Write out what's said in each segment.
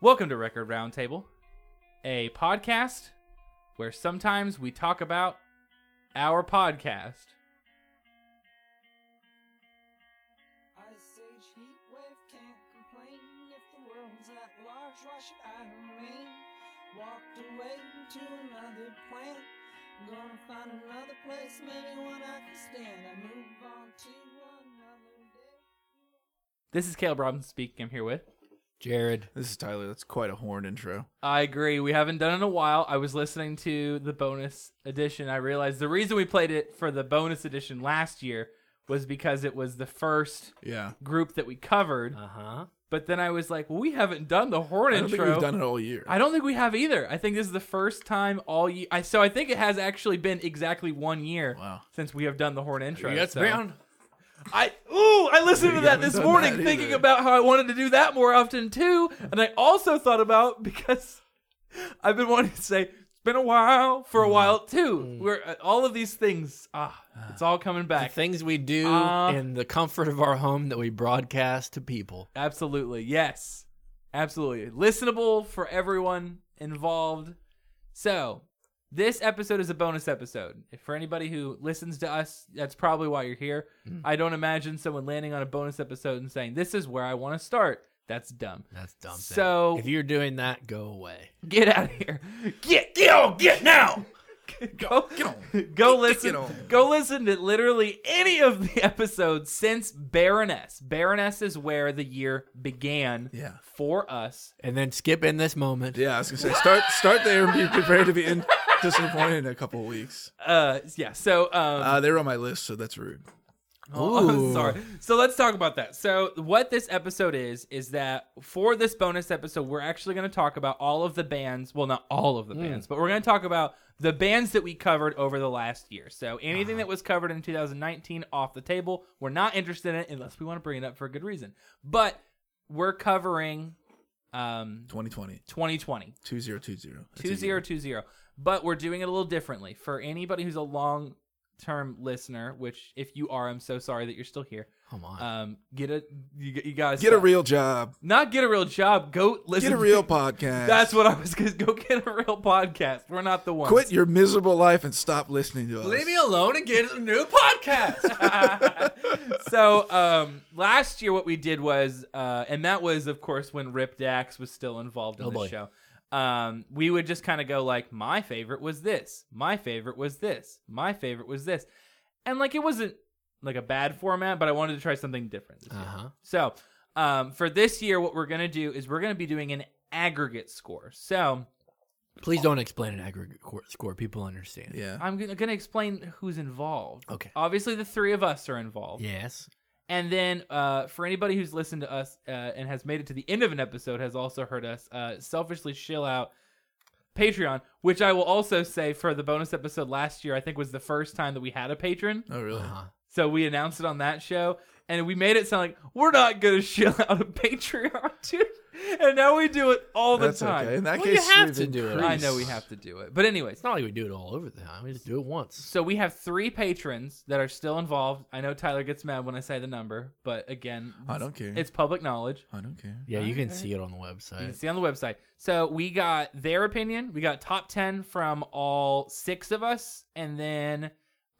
Welcome to Record Roundtable, a podcast where sometimes we talk about our podcast. I say heat wave can't complain if the world's at large. Why should I remain? Walked away to another plan. Gonna find another place, maybe one I can stand. I move on to another day. This is Caleb Robinson speaking. I'm here with. Jared. This is Tyler. That's quite a horn intro. I agree. We haven't done it in a while. I was listening to the bonus edition. I realized the reason we played it for the bonus edition last year was because it was the first Yeah. group that we covered. Uh huh. But then I was like, well, we haven't done the horn I don't intro. think we've done it all year. I don't think we have either. I think this is the first time all year. I, so I think it has actually been exactly one year Wow. since we have done the horn intro. so- I ooh, I listened to We that haven't this done morning, that thinking either. about how I wanted to do that more often too. And I also thought about because I've been wanting to say it's been a while for Mm. a while too. Where uh, all of these things, ah, it's all coming The back. things we do Uh, in the comfort of our home that we broadcast to people. Absolutely. Yes. Absolutely. Listenable for everyone involved. So, this episode is a bonus episode. If for anybody who listens to us, that's probably why you're here. Mm. I don't imagine someone landing on a bonus episode and saying, "This is where I want to start." That's dumb. That's dumb. Zach. So- if you're doing that, go away. Get out of here. Get Get on, get now. go Get on. go Get listen on. go listen to literally any of the episodes since Baroness. Baroness is where the year began Yeah. for us. And then skip in this moment. Yeah, I was gonna say start start there and be prepared to be in, disappointed in a couple of weeks. Uh yeah, so um Uh, they're on my list, so that's rude. Oh, Ooh. sorry. So let's talk about that. So what this episode is is that for this bonus episode, we're actually going to talk about all of the bands. Well, not all of the bands, but we're going to talk about the bands that we covered over the last year. So anything that was covered in 2019 off the table, we're not interested in it unless we want to bring it up for a good reason. But we're covering um 2020, 2020. 2020. That's a Two zero year. two zero. But we're doing it a little differently for anybody who's a long term listener. Which, if you are, I'm so sorry that you're still here. Come on. Um, get a you, you guys Get a real job. not get a real job. Go listen. Get a real podcast. That's what I was gonna go get a real podcast. We're not the ones. Quit your miserable life and stop listening to us. alone and get a new podcast. so um, last year, what we did was, uh, and that was, of course, when Rip Dax was still involved in Oh, the boy. show. Um, we would just kind of go like, my favorite was this, my favorite was this, my favorite was this, and like it wasn't like a bad format, but I wanted to try something different. This uh year. huh. So, um, for this year, what we're gonna do is we're gonna be doing an aggregate score. So Please don't explain an aggregate cor- score. People understand. Yeah. I'm gonna gonna explain who's involved. Okay. Obviously, the three of us are Oh. involved. Yes. And then uh, for anybody who's listened to us uh, and has made it to the end of an episode, has also heard us uh, selfishly shill out Patreon, which I will also say for the bonus episode last year, I think was the first time that we had a patron. Oh Uh really? huh. So we announced it on that show, and we made it sound like we're not gonna shill out a Patreon, dude. And now we do it all the That's time. okay. In that Well, you case, have we've to do it. increased. I know we have to do it, but anyways. It's not like we do it all over the time. We just do it once. So we have three patrons that are still involved. I know Tyler gets mad when I say the number, but again, I don't care. it's public knowledge. I don't care. Yeah, you can Okay. see it on the You website. can see on the website. So we got their opinion. We got top ten from all six of us, and then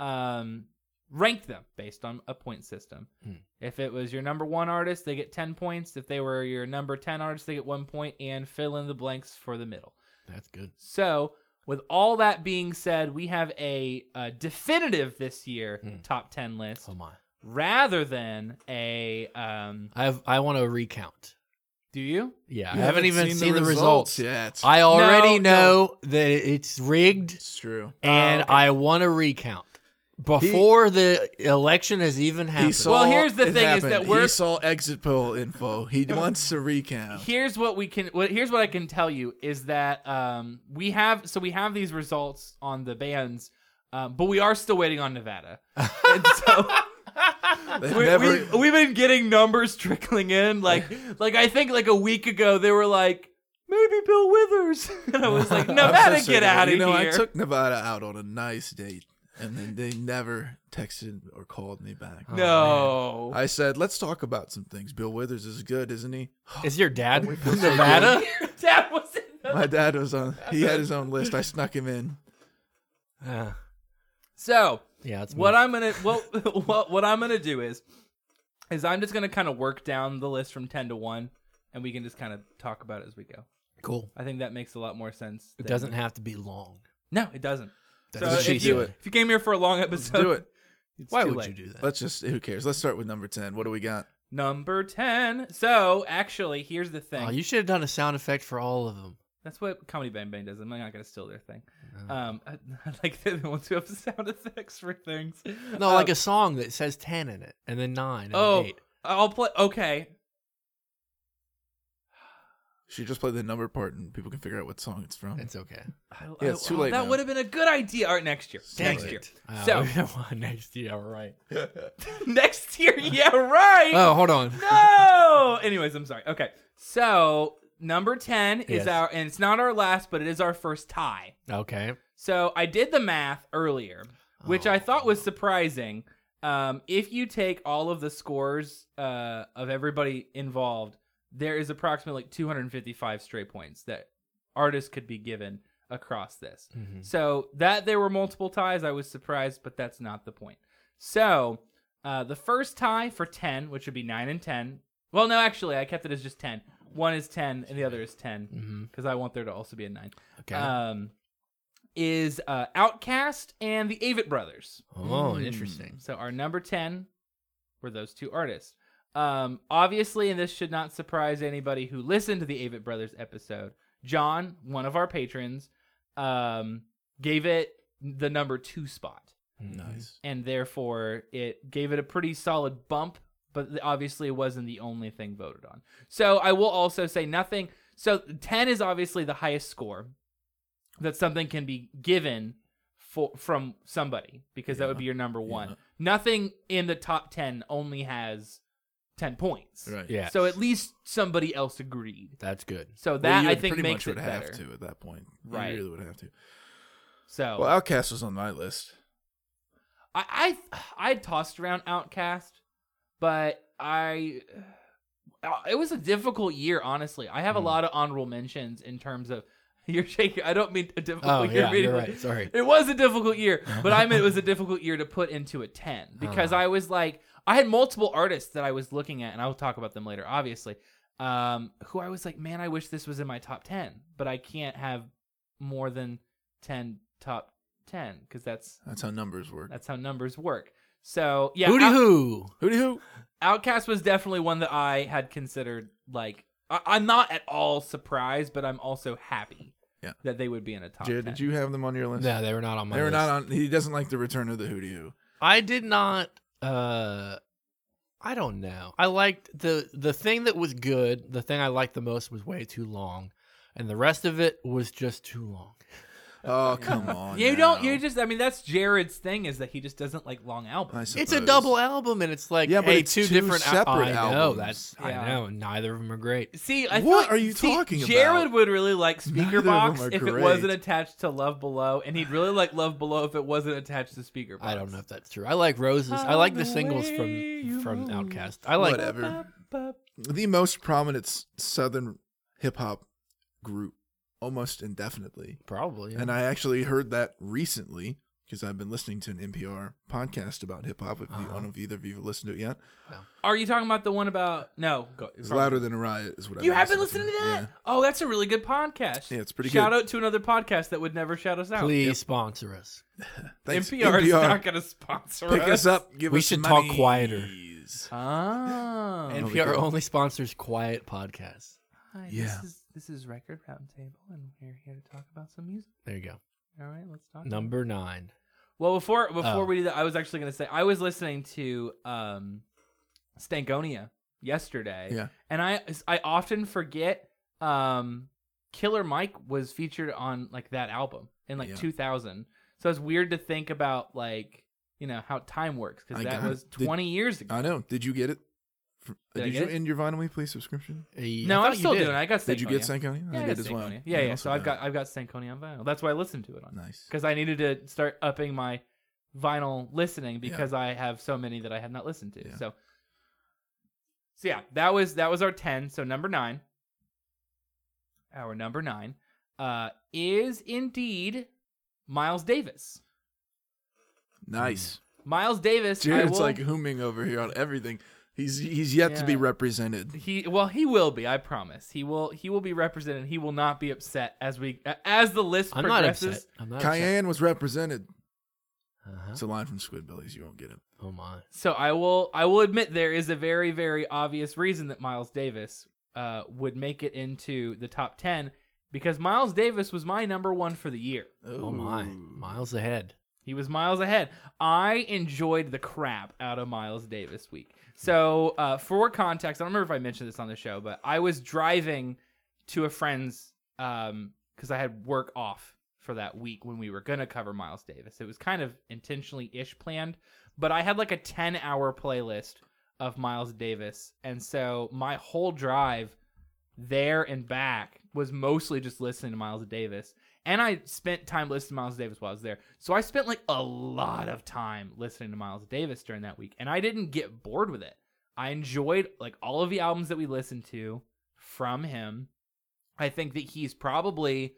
um, ranked them based on a point system. Hmm. If it was your number one artist, they get ten points. If they were your number ten artist, they get one point, and fill in the blanks for the middle. That's good. So with all that being said, we have a, uh definitive this year Hmm. top ten list Oh my. rather than a. Um, I have, I want to recount. do you? Yeah, I You haven't even seen, the results. Yeah, it's, I already No, Oh, know that it's rigged, it's true. and okay. I want to recount before the election has even He happened. saw Well, here's the it thing is happened. that we're- he saw exit poll info. He wants to recount. here's what we can what here's what i can tell you is that um we have so we have these results on the bands um, but we are still waiting on nevada and so They've we, never- we, we've been getting numbers trickling in like like i think like a week ago they were like maybe bill withers and i was like I'm so nevada sorry. get out of you know, here I took Nevada out on a nice date. and then they never texted or called me back. no. I said, let's talk about some things. Bill Withers is good, isn't he? Is your dad from Nevada? That was in the- My dad was on. He had his own list. I snuck him in. Yeah, So yeah. It's what I'm gonna what, what what I'm gonna do is is I'm just gonna kind of work down the list from ten to one, and we can just kind of talk about it as we go. cool. I think that makes a lot more sense. It than- doesn't have to be long. No, it doesn't. That's So what if, Let's she you, just do said. it. if you came here for a long Let's episode, do it. it's Why too would late. you do that? Let's just. Who cares? Let's start with number ten. What do we got? Number ten. So actually, here's the thing. Oh, you should have done a sound effect for all of them. That's what Comedy Bang Bang does. I'm not gonna steal their thing. Um, I, I like that they want to have sound effects for things. No, Um, like a song that says ten in it, and then nine, and oh, then eight. I'll play. Okay, She just played the number part, and people can figure out what song it's from. It's okay. I- Yeah, I- it's too oh, late That now. would have been a good idea. Art next year. It's too Next late. year. Uh, So- we don't want next year, right? next year. Yeah, right. Oh, hold on. No. Anyways, I'm sorry. Okay, so number ten is Yes. our, and it's not our last, but it is our first tie. Okay. Oh. So I did the math earlier, which I thought was surprising. Um, if you take all of the scores uh, of everybody involved, there is approximately like 255 stray points that artists could be given across this. Mhm. So that there were multiple ties, I was surprised, but that's not the point. So uh, the first tie for 10, which would be 9 and 10. Well, no, actually, I kept it as just 10. One is 10 and the other is 10 Mhm. because I want there to also be a 9 Okay. um, is uh, Outcast and the Avett Brothers. oh, interesting. So our number ten were those two artists. Um, obviously, and this should not surprise anybody who listened to the Avett Brothers episode. John, one of our patrons, um, gave it the number two spot, Nice. and therefore it gave it a pretty solid bump. But th- obviously, it wasn't the only thing voted on. So I will also say nothing. So ten is obviously the highest score that something can be given for from somebody because that would be your number one. yeah. Nothing in the top ten only has ten points. Right. Yeah. So at least somebody else agreed. that's good. So Well, that you I would think pretty makes much it would better. have to at that point. Right. Oh. You really would have to. So Well, Outcast was on my list. I I I tossed around Outcast, but I uh, it was a difficult year. Honestly, I have Hmm. a lot of honorable mentions in terms of you're shaking. I don't mean a difficult Oh, year. yeah, meaning- you're right. Sorry. It was a difficult year, but I meant it was a difficult year to put into a Oh, 10 because I was like, I had multiple artists that I was looking at, and I'll talk about them later, obviously, um, who I was like, man, I wish this was in my top 10, but I can't have more than 10 top 10 because that's That's how numbers work. that's how numbers work. So, yeah, Hooty Out- hoo. Hooty hoo. Outcast was definitely one that I had considered. Like, I- I'm not at all surprised, but I'm also happy Yeah. that they would be in a top Jared, 10. did you have them on your list? No, they were not on my. They were list. not on. He doesn't like the return of the Hooty Hoo. I did not. uh I don't know. I liked the the thing that was good. The thing I liked the most was way too long, and the rest of it was just too long. Oh come on. You now. don't. You just. I mean, that's Jared's thing is that he just doesn't like long I albums. It's a suppose. double album, and it's like Yeah, but hey, it's two, two different separate I know albums. that's Yeah. I know neither of them are great. See, I feel What like- are you see, talking about? Jared would really like Neither Speaker of Box them are if it great. wasn't attached to Love Below, and he'd really like Love Below if it wasn't attached to Speaker Box. I don't know if that's true. I like roses. I like the singles from from Outcast. I like Whatever. Bup, The most prominent s- Southern hip hop group, almost indefinitely. probably. yeah. And I actually heard that recently because I've been listening to an NPR podcast about hip hop. If Uh-huh. you, I don't know if either of you have listened to it yet. Are you talking about the one about no? Go, It's louder than a riot is what I've Uh, you been have been listening to that? Yeah. Oh, that's a really good podcast. Yeah, it's pretty shout good. out to another podcast that would never shout us out. Please sponsor us. Thanks, NPR is not going to sponsor Pick us up. Give We us should talk money. quieter. Ah, Oh, we NPR do. only sponsors quiet podcasts. Hi, Yeah. this is this is Record Roundtable, and we're here to talk about some music. There you go. All right, let's talk. about it. Number nine. Well, before before Oh. we do that, I was actually going to say I was listening to um, Stankonia yesterday, Yeah. and I I often forget um, Killer Mike was featured on like that album in like Yeah. 2000, so it's weird to think about like you know how time works because I that got was it. Did- 20 years ago. I know. Did you get it? Fr- Did I Did get you it? end your Vinyl Play subscription? no, I'm still doing. it. I got. Did you get Stankonia. Sankonia? Yeah, I got Stankonia. Yeah, I yeah. also So I've got I've got Stankonia on vinyl. That's why I listened to it on. it. Nice. because I needed to start upping my vinyl listening Yeah. because I have so many that I have not listened to. Yeah. So, so yeah, that was that was our ten. So number nine, our number nine, uh, is indeed Miles Davis. Nice. Miles Davis. Mm-hmm. I Jared's will- like hooming over here on everything. He's he's yet to be Yeah. represented. He well, he will be. I promise. He will. He will be represented. He will not be upset as we as the list I'm not progresses. upset. I'm not upset. Cayenne was represented. Uh-huh. It's a line from Squidbillies. You won't get it. Oh my. So I will. I will admit there is a very very obvious reason that Miles Davis uh, would make it into the top ten because Miles Davis was my number one for the year. Oh my. Miles ahead. He was miles ahead. I enjoyed the crap out of Miles Davis week. So, uh, for context, I don't remember if I mentioned this on the show, but I was driving to a friend's because I had work off for that week when we were going to cover Miles Davis. It was kind of intentionally ish planned, but I had like a 10 hour playlist of Miles Davis. And so my whole drive there and back was mostly just listening to Miles Davis. And I spent time listening to Miles Davis while I was there. So I spent like a lot of time listening to Miles Davis during that week. And I didn't get bored with it. I enjoyed like all of the albums that we listened to from him. I think that he's probably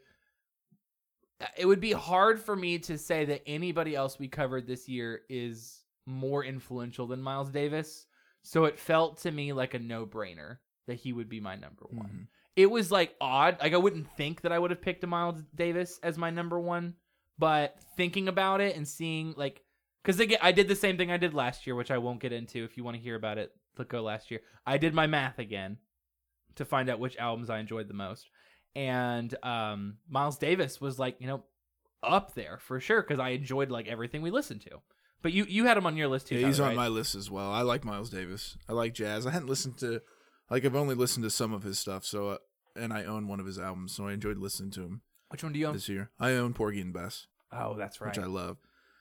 it would be hard for me to say that anybody else we covered this year is more influential than Miles Davis. So it felt to me like a no-brainer that he would be my number one Mhm. it was like odd. Like I wouldn't think that I would have picked a Miles Davis as my number one, but thinking about it and seeing like, because again, I did the same thing I did last year, which I won't get into. If you want to hear about it, look go last year. I did my math again to find out which albums I enjoyed the most, and um, Miles Davis was like you know up there for sure because I enjoyed like everything we listened to. But you you had him on your list too. Yeah, he's Tyler, on right? my list as well. I like Miles Davis. I like jazz. I hadn't listened to, like, I've only listened to some of his stuff. So, uh, and I own one of his albums, so I enjoyed listening to him Which one do you own? this year. I own Porgy and Bess, Oh, that's right. which I love.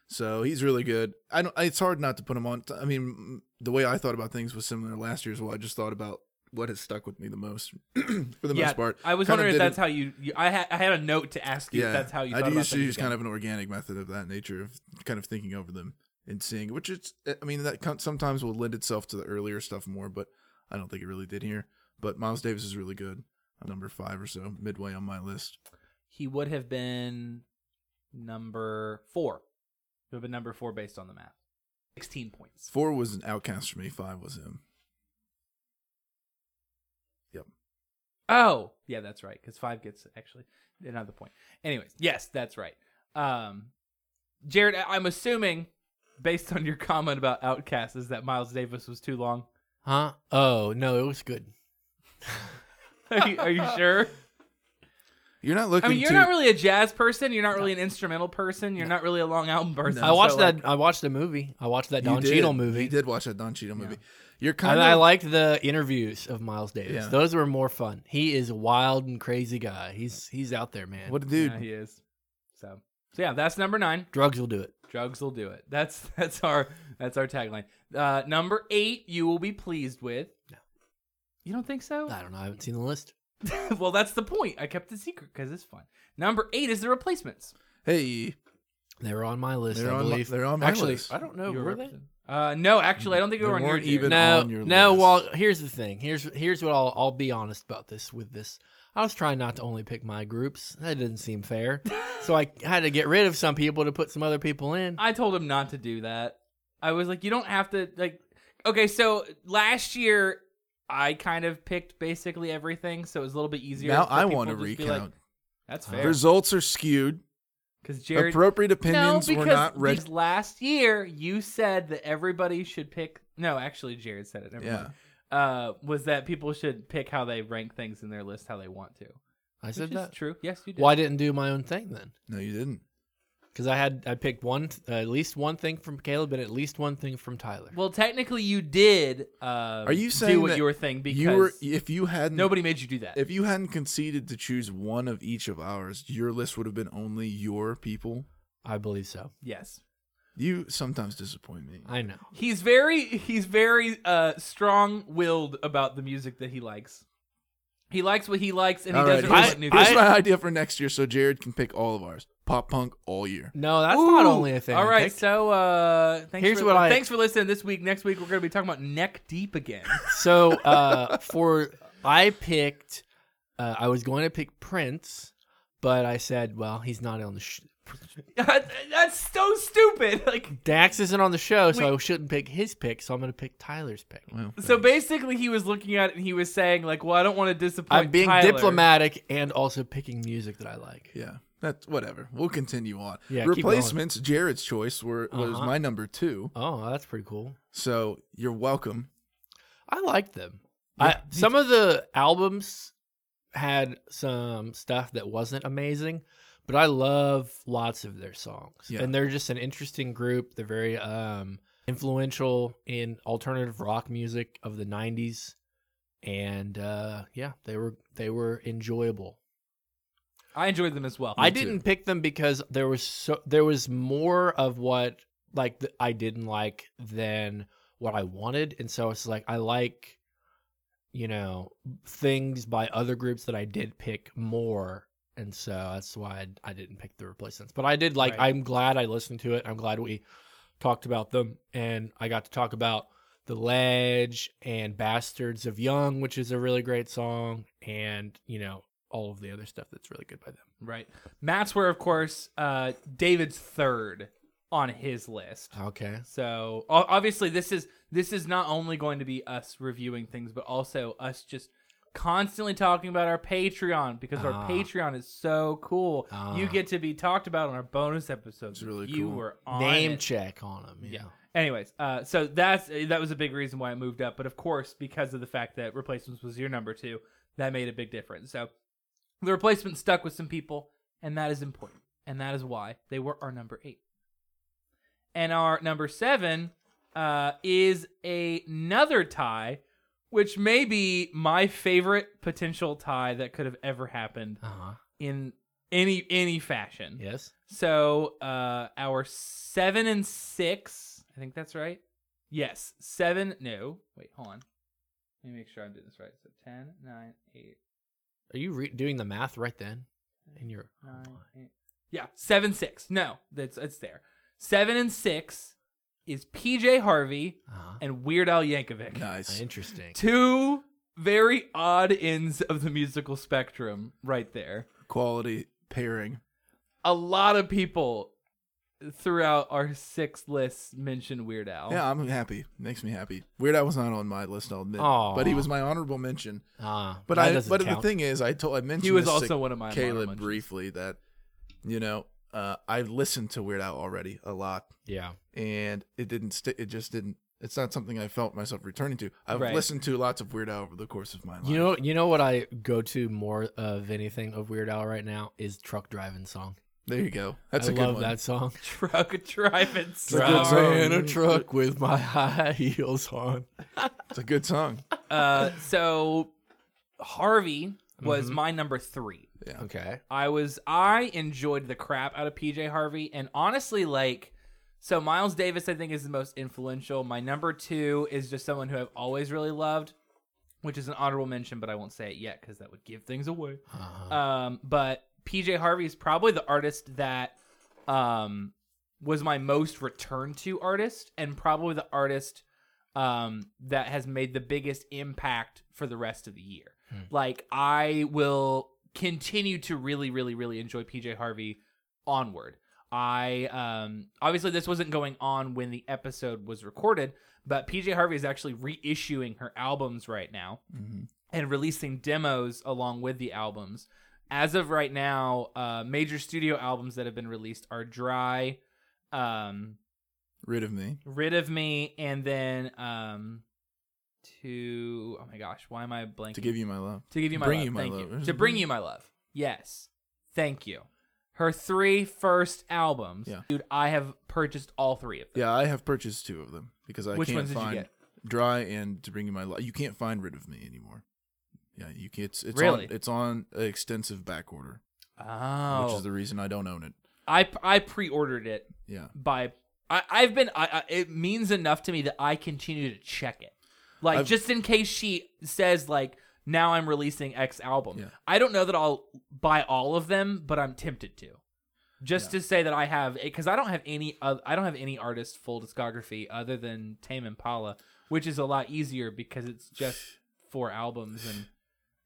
So he's really good. I don't. It's hard not to put him on. I mean, m- the way I thought about things was similar to last year's. Well, I just thought about what has stuck with me the most, for the most part. I was Kind of wondering if did it- that's how you. you I had I had a note to ask you yeah, if that's how you. I thought do about usually things use again. kind of an organic method of that nature of kind of thinking over them and seeing, which it's. eh, I mean, that con- sometimes will lend itself to the earlier stuff more, but I don't think it really did here. But Miles Davis is really good, number five or so, midway on my list. he would have been number four. He would have been number four based on the math. 16 points. Four was an outcast for me. Five was him. Oh, yeah, that's right. Because five gets actually another point. Anyways, yes, that's right. Um, Jared, I- I'm assuming, based on your comment about Outcasts, is that Miles Davis was too long. Huh? Oh no, it was good. Are you, are you sure? You're not looking. I mean, you're to, not really a jazz person. You're not really an instrumental person. You're not really a long album person. I watched so, that. like, I watched the movie. I watched that you Don did. Cheadle movie. You did watch that Don Cheadle movie. You're kind And of. I liked the interviews of Miles Davis. Yeah. Those were more fun. He is a wild and crazy guy. He's he's out there, man. what a dude. Yeah, he is. So, so yeah, that's number nine. drugs will do it? Drugs will do it. That's that's our that's our tagline. Uh, number eight, you will be pleased with. No. You don't think so? I don't know. I haven't seen the list. well, that's the point. I kept it secret because it's fun. Number eight is the replacements. Hey, They were on my list. they're I on. My, believe. they're on my Actually, list. I don't know. You Were they? represent- Uh, no, actually, I don't think we They were on your weren't even- even. No, on your no. list. Well, here's the thing. Here's here's what I'll I'll be honest about this with this. I was trying not to only pick my groups. That didn't seem fair. so I had to get rid of some people to put some other people in. I told him not to do that. I was like, you don't have to like. Okay, so last year I kind of picked basically everything, so it was a little bit easier. Now for I people want to just be like, recount. that's Uh, fair. Results are skewed. Because Jared Appropriate opinions no, were because not read. because last year you said that everybody should pick. No, actually, Jared said it. Never Yeah. mind. Uh, was that people should pick how they rank things in their list how they want to? I Which said is that. true. Yes, you did. Well, I didn't do my own thing then. No, you didn't. Because I had I picked one uh, at least one thing from Caleb and at least one thing from Tyler. Well, technically, you did. Uh, Are you saying do what that your thing because you were if you hadn't nobody made you do that? if you hadn't conceded to choose one of each of ours, your list would have been only your people. I believe so. yes, You sometimes disappoint me. I know. he's very he's very uh strong-willed about the music that he likes. He likes what he likes, and he All right, doesn't like here's, new here's things. my idea for next year, so Jared can pick all of ours. pop punk all year. No, that's not Ooh. only a thing. All I right, picked. so uh, thanks Here's for, what I- thanks for listening this week. Next week we're going to be talking about neck deep again. So uh, for I picked, uh, I was going to pick Prince, but I said, well, he's not on the. Sh- That's so stupid. Like, Dax isn't on the show, so We- I shouldn't pick his pick. So I'm going to pick Tyler's pick. Well, so basically he was looking at it and he was saying like, well, I don't want to disappoint. I'm being Tyler. diplomatic and also picking music that I like. yeah, that's whatever. We'll continue on. Yeah, keep going. Replacements, Jared's choice were was Uh-huh. my number two. Oh, that's pretty cool. So you're welcome. I liked them. I, Yeah, me some of the albums had some stuff that wasn't amazing, but I love lots of their songs. Yeah. And they're just an interesting group. They're very um, influential in alternative rock music of the 90s. And uh, yeah, they were they were enjoyable. I enjoyed them as well. I too. didn't pick them because there was so there was more of what like th- I didn't like than what I wanted, and so it's like I like you know things by other groups that I did pick more, and so that's why I, I didn't pick the replacements. But I did like. Right. I'm glad I listened to it. I'm glad we talked about them, and I got to talk about the Ledge and Bastards of Young, which is a really great song, and you know all of the other stuff that's really good by them. Right. Mats were, of course, uh, David's third on his list. Okay. So o- obviously, this is this is not only going to be us reviewing things, but also us just constantly talking about our Patreon because Ah. our Patreon is so cool. You Ah. get to be talked about on our bonus episodes. It's really you cool. were on Name it. check on him. Yeah. Yeah. Anyways, uh, so that's that was a big reason why it moved up, but of course because of the fact that replacements was your number two, that made a big difference. So the replacement stuck with some people, and that is important, and that is why they were our number eight. And our number seven uh, is a- another tie, which may be my favorite potential tie that could have ever happened Uh huh. in any any fashion. Yes. So uh our seven and six, I think that's right. Yes, seven. No, wait, hold on. Let me make sure I'm doing this right. So ten, nine, eight, Are you re- doing the math right then? In your Oh Uh, oh nine, eight. Yeah, seven, six. No, that's it's there. Seven and six is PJ Harvey uh-huh. Ah, and Weird Al Yankovic. Nice. interesting. Two very odd ends of the musical spectrum, right there. Quality pairing. A lot of people throughout our six lists mention Weird Oh. Al. Yeah, I'm happy. Makes me happy. Weird Al was not on my list, I'll admit. Aw. But he was my honorable mention. Ah, But that I doesn't but count. the thing is I told I mentioned he was this to also one of my Caleb honorable mentions. briefly that you know, uh, I've listened to Weird Al already a lot yeah, and it didn't stick it just didn't it's not something I felt myself returning to. I've Right. listened to lots of Weird Al over the course of my life. you know, you know what I go to more of anything of Weird Al right now is truck driving song. there you go. That's I a good love one. that song. Truck driving a song. good song. with my high heels on. It's a good song. Uh, so Harvey was Mm-hmm. Mhm. my number three. Okay, I was I enjoyed the crap out of PJ Harvey, and honestly, like so Miles Davis, I think is the most influential. My number two is just someone who I've always really loved, which is an honorable mention, but I won't say it yet because that would give things away. uh-huh. Um, but PJ Harvey is probably the artist that um was my most returned to artist and probably the artist um that has made the biggest impact for the rest of the year. Hmm. Like I will continue to really really really enjoy PJ Harvey onward. I um obviously this wasn't going on when the episode was recorded, but PJ Harvey is actually reissuing her albums right now hmm and releasing demos along with the albums. As of right now, uh, major studio albums that have been released are Dry, um, Rid of me. Rid of Me, and then um, to oh my gosh, why am I blanking? To give you my love. to give you my Bring love. You My Thank Love. you. to bring you my love. Yes, thank you. Her three first albums, Yeah. dude. I have purchased all three of them. Yeah, I have purchased two of them because I Which can't ones did you find get? dry and to bring you my love. You can't find rid of me anymore. Yeah, you can. It's it's Really? on it's on an extensive back order, Oh, which is the reason I don't own it. I I pre-ordered it Yeah, by I, I've been I, I, it means enough to me that I continue to check it. Like I've- just in case she says like now I'm releasing X album. Yeah. I don't know that I'll buy all of them, but I'm tempted to. just to say that I have because I don't have any oth- I don't have any artist full discography other than Tame Impala, which is a lot easier because it's just four albums and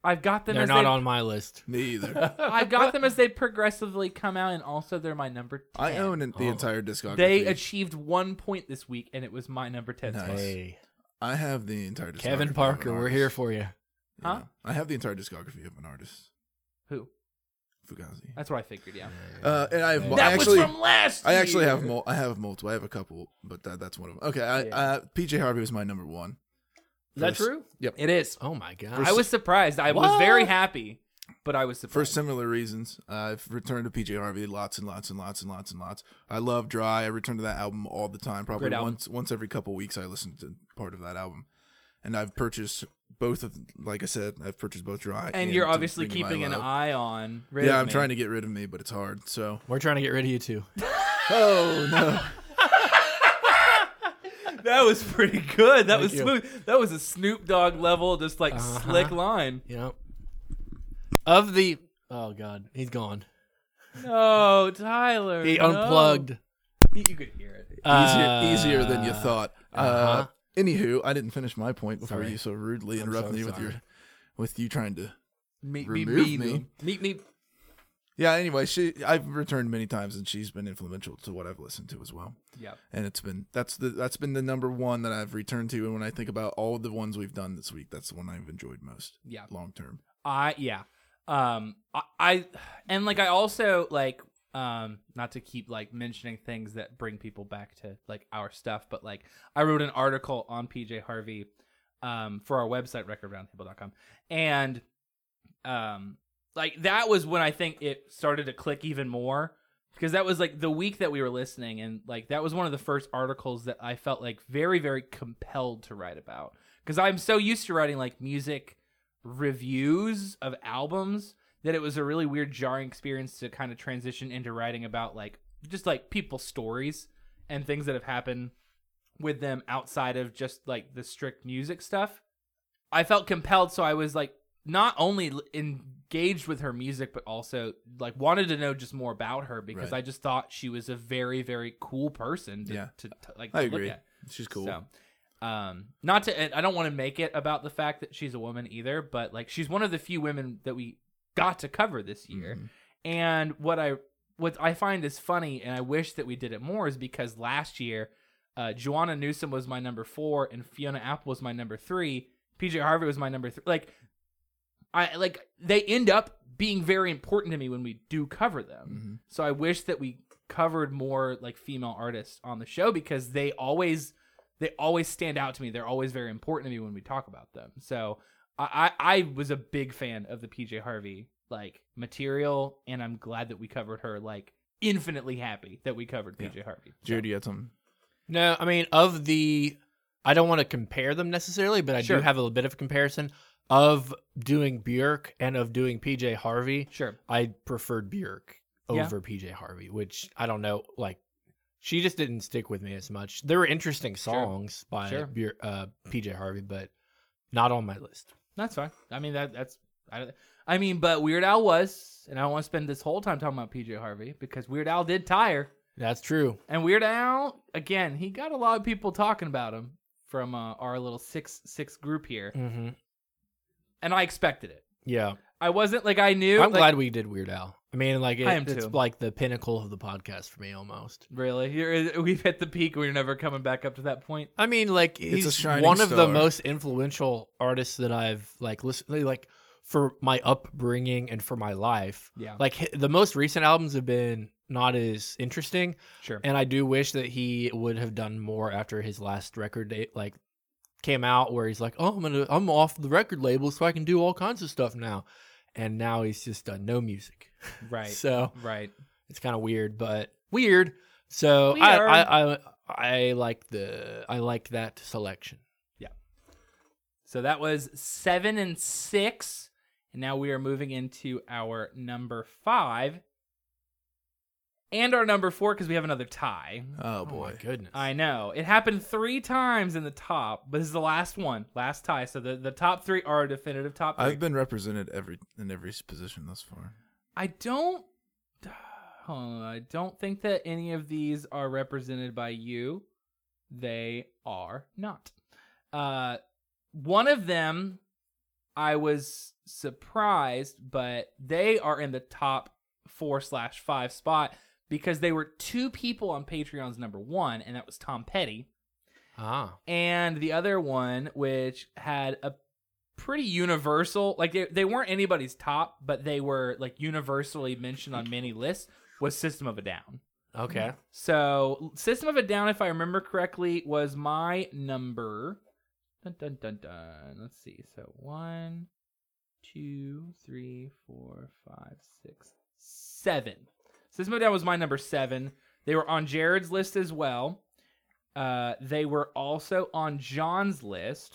I've got them They're as not they, on my list. Me either. I've got them as they progressively come out and also they're my number 10. I own the Oh. entire discography. They achieved one point this week and it was my number 10. Nice. spot. Hey, I have the entire discography. Kevin of Parker, an we're artist. here for you. Huh? Yeah. I have the entire discography of an artist, Who? Fugazi. That's what I figured, yeah. Uh, and I have That I that actually was from last I actually have year. mul- I have multiple. I have a couple, but that, that's one of them. Okay, I, Yeah. uh, PJ Harvey was my number one. Is that First- true? It is. Oh my god! First- I was surprised. I was very What? happy, but I was surprised. For similar reasons, I've returned to PJ Harvey lots and lots and lots and lots and lots. I love Dry. I return to that album all the time. Probably Great album. once once every couple weeks, I listen to part of that album, and I've purchased both of. Like I said, I've purchased both Dry. and you're To obviously Bring You My keeping an Love. eye on. Rid Yeah, I'm trying to get rid of me, but it's hard. So, We're trying to get rid of you too. oh no, That was pretty good. That Thank was you. smooth. That was a Snoop Dogg level, just like Uh-huh. slick line. You know, of the oh god, he's gone. No, Tyler. He no. unplugged. You you could hear it. easier Uh, easier than you thought. uh uh-huh. Anywho, I didn't finish my point before Sorry. you so rudely I'm interrupted so me with your sorry. with you trying to Meet Remove me. me. Meet me. Yeah, anyway, she I've returned many times and she's been influential to what I've listened to as well. Yep. And it's been that's the that's been the number one that I've returned to and when I think about all the ones we've done this week, that's the one I've enjoyed most Yeah. long term. I yeah. Um I, I and like I also like um not to keep like mentioning things that bring people back to like our stuff, but like I wrote an article on PJ Harvey um for our website recordroundtable.com and um like that was when I think it started to click even more because that was like the week that we were listening and like that was one of the first articles that I felt like very very compelled to write about because I'm so used to writing like music reviews of albums that it was a really weird jarring experience to kind of transition into writing about like just like people's stories and things that have happened with them outside of just like the strict music stuff i felt compelled so i was like not only l- engaged with her music but also like wanted to know just more about her because Right. i just thought she was a very very cool person to, Yeah. to, to like I to look agree. at. She's cool. So, um, not to, and I don't want to make it about the fact that she's a woman either, but like she's one of the few women that we got to cover this year. Mhm. And what I what I find is funny, and I wish that we did it more, is because last year, uh, Joanna Newsom was my number four, and Fiona Apple was my number three. PJ Harvey was my number three. Like, I like they end up being very important to me when we do cover them. Mhm. So I wish that we covered more like female artists on the show because they always they always stand out to me. They're always very important to me when we talk about them. So I I, I was a big fan of the PJ Harvey like material, and I'm glad that we covered her. Like infinitely happy that we covered PJ Harvey. So- Jared, you had something? No, I mean of the. I don't want to compare them necessarily, but I Sure. do have a little bit of a comparison of doing Bjork and of doing PJ Harvey. sure. I preferred Bjork Yeah. over PJ Harvey, which I don't know. Like, she just didn't stick with me as much. There were interesting Sure. songs by Sure. Bjor- uh, PJ Harvey, but not on my list. That's fine. I mean that that's I, I mean, but Weird Al was, and I don't want to spend this whole time talking about PJ Harvey because Weird Al did tire, That's true. and Weird Al again, he got a lot of people talking about him from uh, our little six six group here, hmm and I expected it. Yeah, I wasn't like I knew. I'm like, glad we did Weird Al. I mean, like it, I am it's too. like the pinnacle of the podcast for me almost. Really, You're, uh, we've hit the peak. We're never coming back up to that point. I mean, like It's a he's shining one of the star. most influential artists that I've like listened like for my upbringing and for my life. Yeah, Like hi- the most recent albums have been not as interesting, sure. and I do wish that he would have done more after his last record date like came out where he's like, "Oh, I'm gonna I'm off the record label, so I can do all kinds of stuff now," and now he's just done no music. right, So right. it's kind of weird, but weird. So I, Weird. I I I like the I like that selection. So that was seven and six, and now we are moving into our number five and our number four because we have another tie. Oh Oh my boy. goodness! I know. It happened three times in the top, but this is the last one, last tie. So the, the top three are a definitive top 3 I've been represented every in every position thus far. I don't. hold on, I don't think that any of these are represented by you. They are not. Uh, one of them, I was surprised, but they are in the top four slash five spot because they were two people on Patreon's number one, and that was Tom Petty. Ah, and the other one which had a pretty universal like they, they weren't anybody's top but they were like universally mentioned on many lists was system of a down okay. so system of a down if i remember correctly was my number dun dun dun dun let's see so one two three four five six seven system of a down was my number seven they were on jared's list as well uh, they were also on John's list,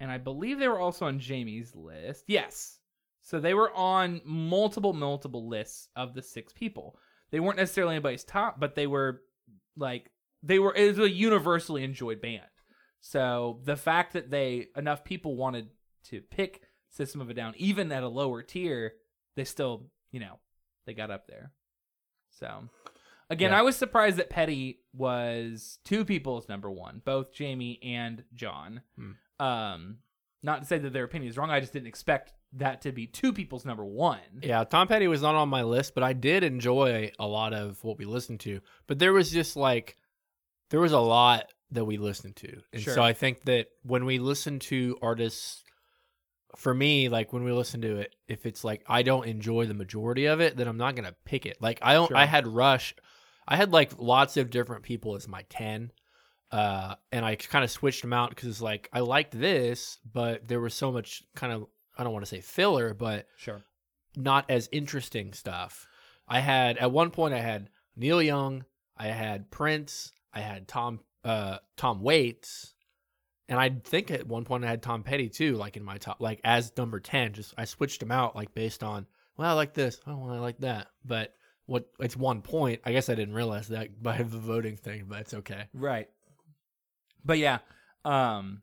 and I believe they were also on Jamie's list. Yes. So they were on multiple, multiple lists of the six people. They weren't necessarily anybody's top, but they were like they were it was a universally enjoyed band. So the fact that they enough people wanted to pick System of a Down, even at a lower tier, they still, you know, they got up there. So Again, Yeah. I was surprised that Petty was two people's number one, both Jamie and John. Hmm. Um, not to say that their opinion is wrong. I just didn't expect that to be two people's number one. Yeah, Tom Petty was not on my list, but I did enjoy a lot of what we listened to. But there was just like there was a lot that we listened to. And Sure. so I think that when we listen to artists for me, like when we listen to it, if it's like I don't enjoy the majority of it, then I'm not gonna pick it. Like I don't Sure. I had Rush I had like lots of different people as my ten. Uh, and I kind of switched them out because like I liked this, but there was so much kind of I don't want to say filler, but Sure. not as interesting stuff. I had at one point I had Neil Young, I had Prince, I had Tom uh Tom Waits, and I think at one point I had Tom Petty too, like in my top like as number ten. Just I switched them out like based on well I like this, oh well, I like that, but what it's one point. I guess I didn't realize that by the voting thing, but it's okay. Right. But yeah. Um,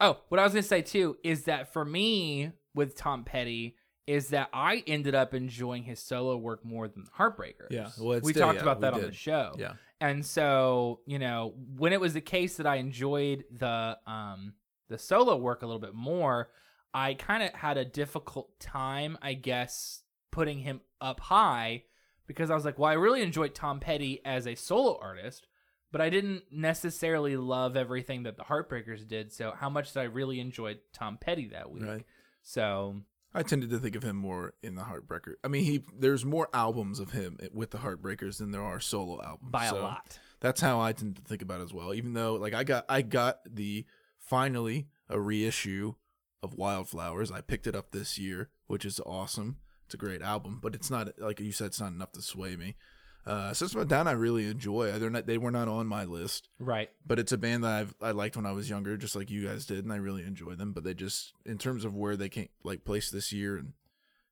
oh, what I was going to say too is that for me with Tom Petty, is that I ended up enjoying his solo work more than Heartbreakers. Yeah, well, it's we still- talked yeah, about we that on did. the show. Yeah. And so, you know, when it was the case that I enjoyed the um the solo work a little bit more, I kind of had a difficult time, I guess, putting him up high because I was like, well, I really enjoyed Tom Petty as a solo artist, but I didn't necessarily love everything that the Heartbreakers did. So, how much did I really enjoy Tom Petty that week? Right. So, I tended to think of him more in the Heartbreaker. I mean, he there's more albums of him with the Heartbreakers than there are solo albums. by so a lot. That's how I tend to think about it as well. Even though, like, I got I got the finally a reissue of Wildflowers. I picked it up this year, which is awesome. It's a great album, but it's not like you said. It's not enough to sway me. Uh, System of a Down, I really enjoy. They're not they were not on my list Right. but it's a band that I've, I liked when I was younger, just like you guys did, and I really enjoy them. But they just, in terms of where they came, like placed this year, and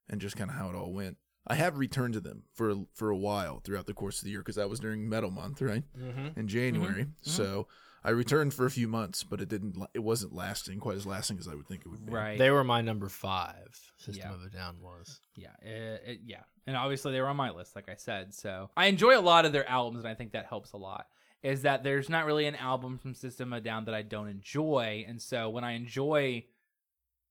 and just kind of how it all went, I have returned to them for for a while throughout the course of the year because that was during Metal Month, right, Mm-hmm. in January. So I returned for a few months, but it didn't, la- it wasn't lasting quite as lasting as I would think it would be. Right. They were my number five. System Yeah. of a Down was. Yeah, it, it- yeah, and obviously they were on my list, like I said. So I enjoy a lot of their albums, and I think that helps a lot. Is that there's not really an album from System of a Down that I don't enjoy, and so when I enjoy,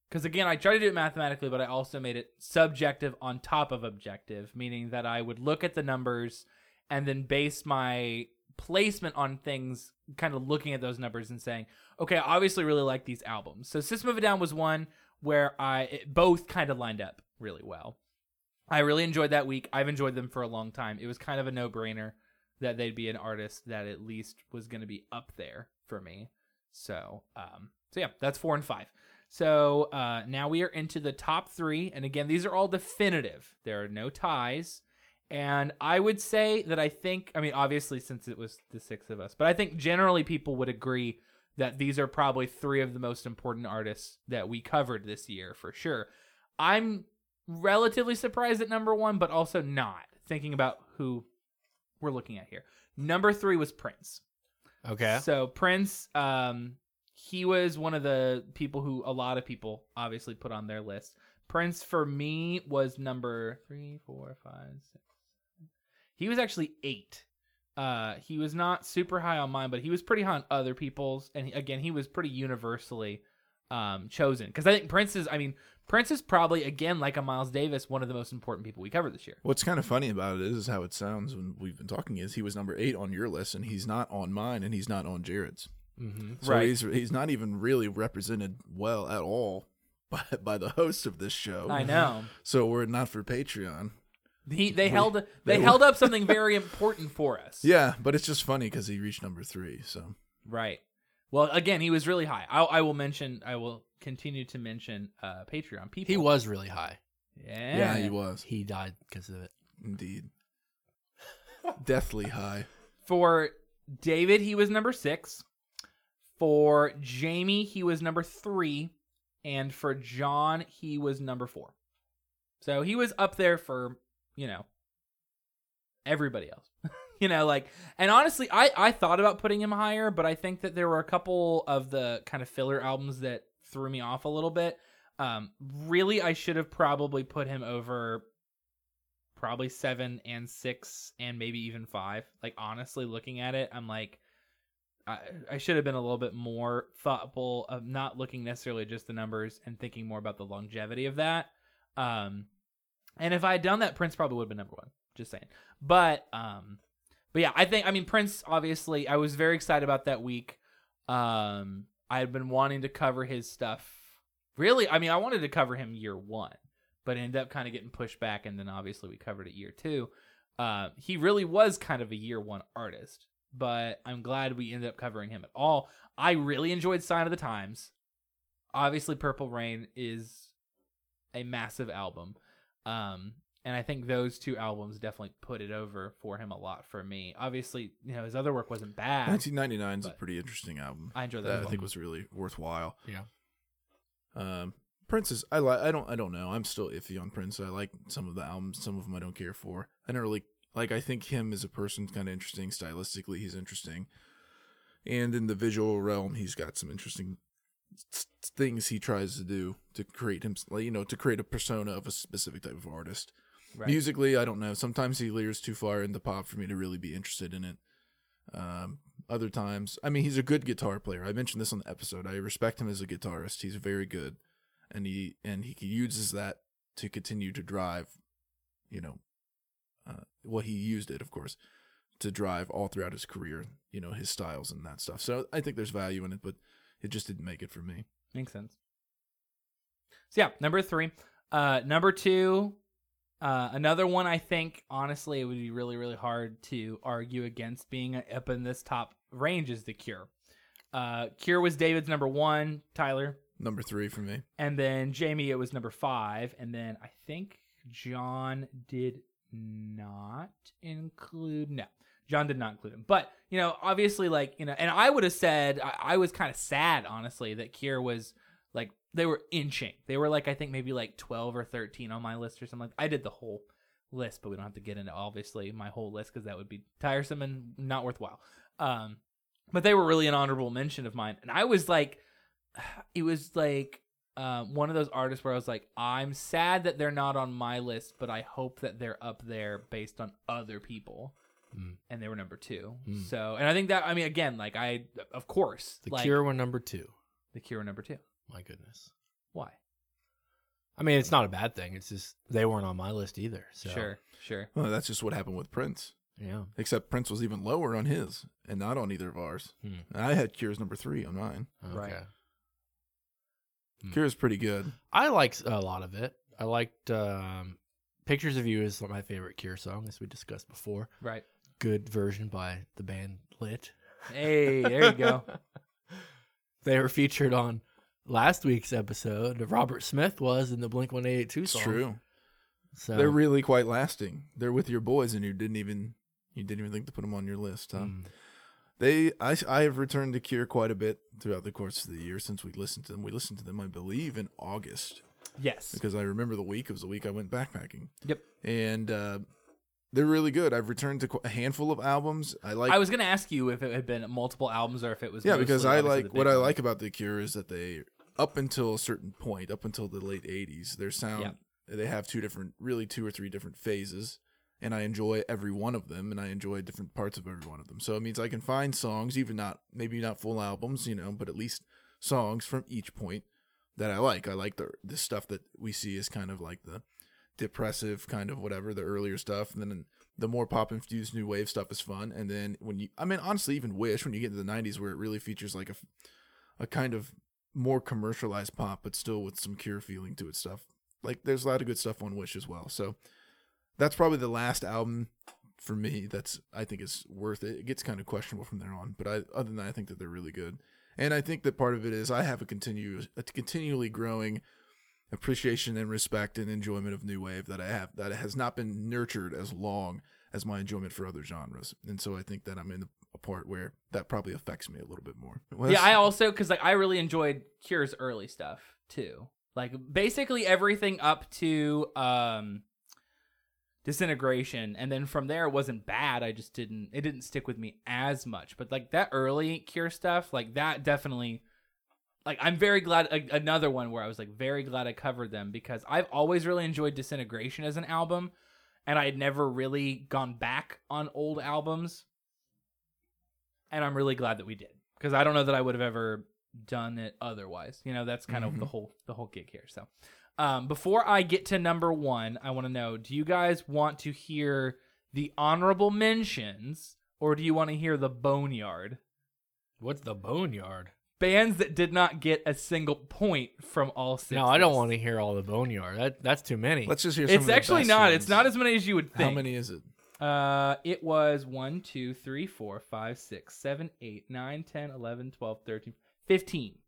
because again I try to do it mathematically, but I also made it subjective on top of objective, meaning that I would look at the numbers and then base my placement on things, kind of looking at those numbers and saying, okay, I obviously really like these albums. So System of a Down was one where I it both kind of lined up really well. I really enjoyed that week. I've enjoyed them for a long time. It was kind of a no brainer that they'd be an artist that at least was going to be up there for me. So, um, so yeah, that's four and five. So uh, now we are into the top three, and again, these are all definitive. There are no ties, and I would say that I think, I mean, obviously since it was the six of us, but I think generally people would agree that these are probably three of the most important artists that we covered this year for sure. I'm relatively surprised at number one, but also not thinking about who we're looking at here. Number three was Prince. Okay. So Prince, um, he was one of the people who a lot of people obviously put on their list. Prince for me was number three, four, five, six. He was actually eight. Uh, he was not super high on mine, but he was pretty high on other people's. And he- again, he was pretty universally um, chosen because I think Prince is. I mean, Prince is probably again like a Miles Davis, one of the most important people we covered this year. What's kind of funny about it is how it sounds when we've been talking is he was number eight on your list and he's not on mine and he's not on Jared's. Mm-hmm. So Right. he's he's not even really represented well at all by by the host of this show. I know. So were it not for Patreon. He, they held they, they- held up something very important for us. Yeah, but it's just funny because he reached number three. So Right. Well, again, he was really high. I, I will mention. I will continue to mention uh, Patreon people. He was really high. Yeah. yeah, he was He died because of it. indeed deathly high. For David, he was number six. For Jamie, he was number three, and for John, he was number four. So he was up there for you know everybody else. you know, like and honestly, I I thought about putting him higher, but I think that there were a couple of the kind of filler albums that threw me off a little bit. Um, really, I should have probably put him over probably seven and six and maybe even five. Like honestly, looking at it, I'm like, I, I should have been a little bit more thoughtful of not looking necessarily at just the numbers and thinking more about the longevity of that. Um, and if I had done that, Prince probably would have been number one. Just saying, but um, but yeah, I think I mean Prince. Obviously, I was very excited about that week. Um, I had been wanting to cover his stuff. Really, I mean, I wanted to cover him year one but ended up kind of getting pushed back and then obviously we covered it year two uh, he really was kind of a year one artist but i'm glad we ended up covering him at all i really enjoyed sign of the times obviously purple rain is a massive album um, and i think those two albums definitely put it over for him a lot for me obviously you know his other work wasn't bad 1999 is a But- pretty interesting album. i enjoyed that, that as I well. think was really worthwhile. Yeah. Um, Prince is I like I don't I don't know I'm still iffy on Prince. I like some of the albums, some of them I don't care for. I don't really like. I think him as a person's kind of interesting stylistically. He's interesting, and in the visual realm, he's got some interesting s- s- things he tries to do to create him like, you know to create a persona of a specific type of artist. Right. Musically, I don't know. Sometimes he leers too far into pop for me to really be interested in it. Um, other times, I mean, he's a good guitar player. I mentioned this on the episode. I respect him as a guitarist. He's very good, and he and he uses that to continue to drive, you know, uh, well, he used it, of course, to drive all throughout his career. You know, his styles and that stuff. So I think there's value in it, but it just didn't make it for me. Makes sense. So yeah, number three. Uh, number two, uh, another one I think honestly it would be really really hard to argue against being up in this top range is the Cure. Uh, Cure was David's number one, Tyler, Number three for me. and then Jamie it was number five, and then I think John did not include no. John did not include him. But, you know, obviously, like, you know, and I would have said, I, I was kind of sad, honestly, that Kier was like, they were inching. They were like, I think maybe like 12 or 13 on my list or something. I did the whole list, but we don't have to get into, obviously, my whole list because that would be tiresome and not worthwhile. Um, but they were really an honorable mention of mine. And I was like, it was like, um, one of those artists where I was like, I'm sad that they're not on my list, but I hope that they're up there based on other people and they were number two. Mm. So, and I think that I mean, again, like I, of course, The like, Cure were number two. the Cure, were number two. My goodness. Why? I mean, it's not a bad thing. It's just they weren't on my list either. So, Sure, sure. Well, that's just what happened with Prince. Yeah. Except Prince was even lower on his, and not on either of ours. Hmm. And I had Cure's number three on mine. Okay. Right. Hmm. Cure's pretty good. I liked a lot of it. I liked um, "Pictures of You" is my favorite Cure song, as we discussed before. Right. Good version by the band Lit. Hey, there you go. they were featured on last week's episode. Robert Smith was in the Blink One Eight Eight Two It's song. true. So They're really quite lasting. They're with your boys, and you didn't even you didn't even think to put them on your list. Huh? Mm. They, I, I have returned to Cure quite a bit throughout the course of the year since we listened to them. We listened to them, I believe, in August Yes. because I remember the week. It was the week I went backpacking. Yep. And uh, they're really good. I've returned to qu- a handful of albums. I like. I was gonna ask you if it had been multiple albums or if it was. yeah because mostly, i obviously, like the what big i one. like about the cure is that they up until a certain point, up until the late '80s, their sound Yeah. they have two different, really two or three different phases, and I enjoy every one of them, and I enjoy different parts of every one of them. So it means I can find songs, even not maybe not full albums, you know, but at least songs from each point that I like. I like the the stuff that we see is kind of like the depressive kind of whatever the earlier stuff, and then the more pop infused new wave stuff is fun. And then when you, I mean, honestly, even Wish when you get into the '90s where it really features like a a kind of more commercialized pop, but still with some Cure feeling to its stuff. Like there's a lot of good stuff on Wish as well. So that's probably the last album for me that's I think is worth it. It gets kind of questionable from there on, but I other than that, I think that they're really good. And I think that part of it is I have a continuous, a continually growing appreciation and respect and enjoyment of new wave that I have that has not been nurtured as long as my enjoyment for other genres. And so I think that I'm in the, a part where that probably affects me a little bit more. Well, yeah, that's- I also because like I really enjoyed Cure's early stuff too. Like basically everything up to um disintegration and then from there it wasn't bad i just didn't it didn't stick with me as much but like that early cure stuff like that definitely like i'm very glad a, another one where i was like very glad i covered them because i've always really enjoyed disintegration as an album and i had never really gone back on old albums and i'm really glad that we did because i don't know that i would have ever done it otherwise you know that's kind of the Mhm. whole the whole gig here so um, before I get to number one, I want to know: Do you guys want to hear the honorable mentions, or do you want to hear the boneyard What's the boneyard? bands that did not get a single point from all six? No, I don't want to hear all the boneyard. That that's too many. Let's just hear. some of It's the actually best not. ones. It's not as many as you would think. How many is it? Uh, it was one, two, three, four, five, six, seven, eight, nine, ten, eleven, twelve, thirteen, fifteen.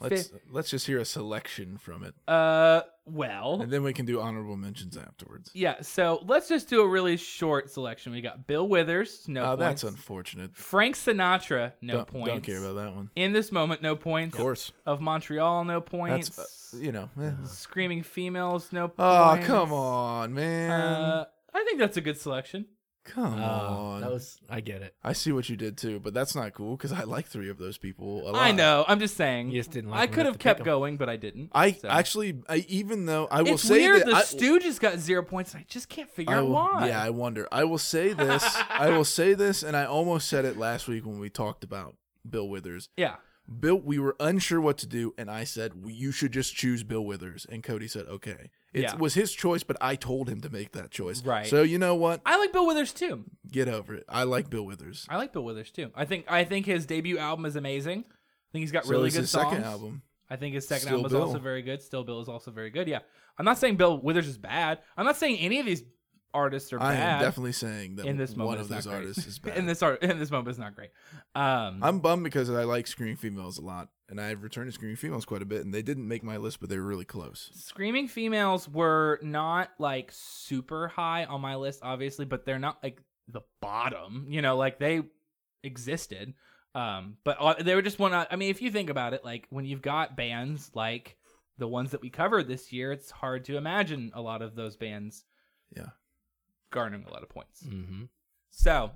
Let's let's just hear a selection from it, Uh, well, and then we can do honorable mentions afterwards. yeah. So let's just do a really short selection. We got Bill Withers, no Oh, points. that's unfortunate. Frank Sinatra, no don't, points. Don't care about that one. In this moment, no Of points. course, Of Montreal, no that's points. uh, you know. eh. Screaming females, no Oh points. come on, man! Uh, I think that's a good selection. come Uh, on. that was I get it. I see what you did too, but that's not cool because I like three of those people. A lot. I know. I'm just saying. You just didn't like I them could have enough to pick kept 'em. going, but I didn't. I so. actually, I even though I will it's say weird. that the I, Stooges got zero points, and I just can't figure I out will- why. Yeah, I wonder. I will say this. I will say this, and I almost said it last week when we talked about Bill Withers. yeah. Bill, we were unsure what to do, and I said "Well, you should just choose Bill Withers, and Cody said okay. It Yeah. was his choice, but I told him to make that choice. Right. So you know what? I like Bill Withers too. Get over it. I like Bill Withers. I like Bill Withers too. I think I think his debut album is amazing. I think he's got So really it's good his songs. second album. I think his second Still album is Bill. also very good. Still Bill is also very good. Yeah. I'm not saying Bill Withers is bad. I'm not saying any of these artists are I bad. am definitely saying that in this moment one of is not those great. artists is bad. in this art in this moment is not great. Um I'm bummed because I like Screaming Females a lot, and I've returned to Screaming Females quite a bit, and they didn't make my list, but they were really close. Screaming females were not like super high on my list, obviously, but they're not like the bottom. You know, like they existed, um, but uh, they were just one. I mean, if you think about it, like when you've got bands like the ones that we covered this year, it's hard to imagine a lot of those bands, Yeah. garnering a lot of points. Mm-hmm. So,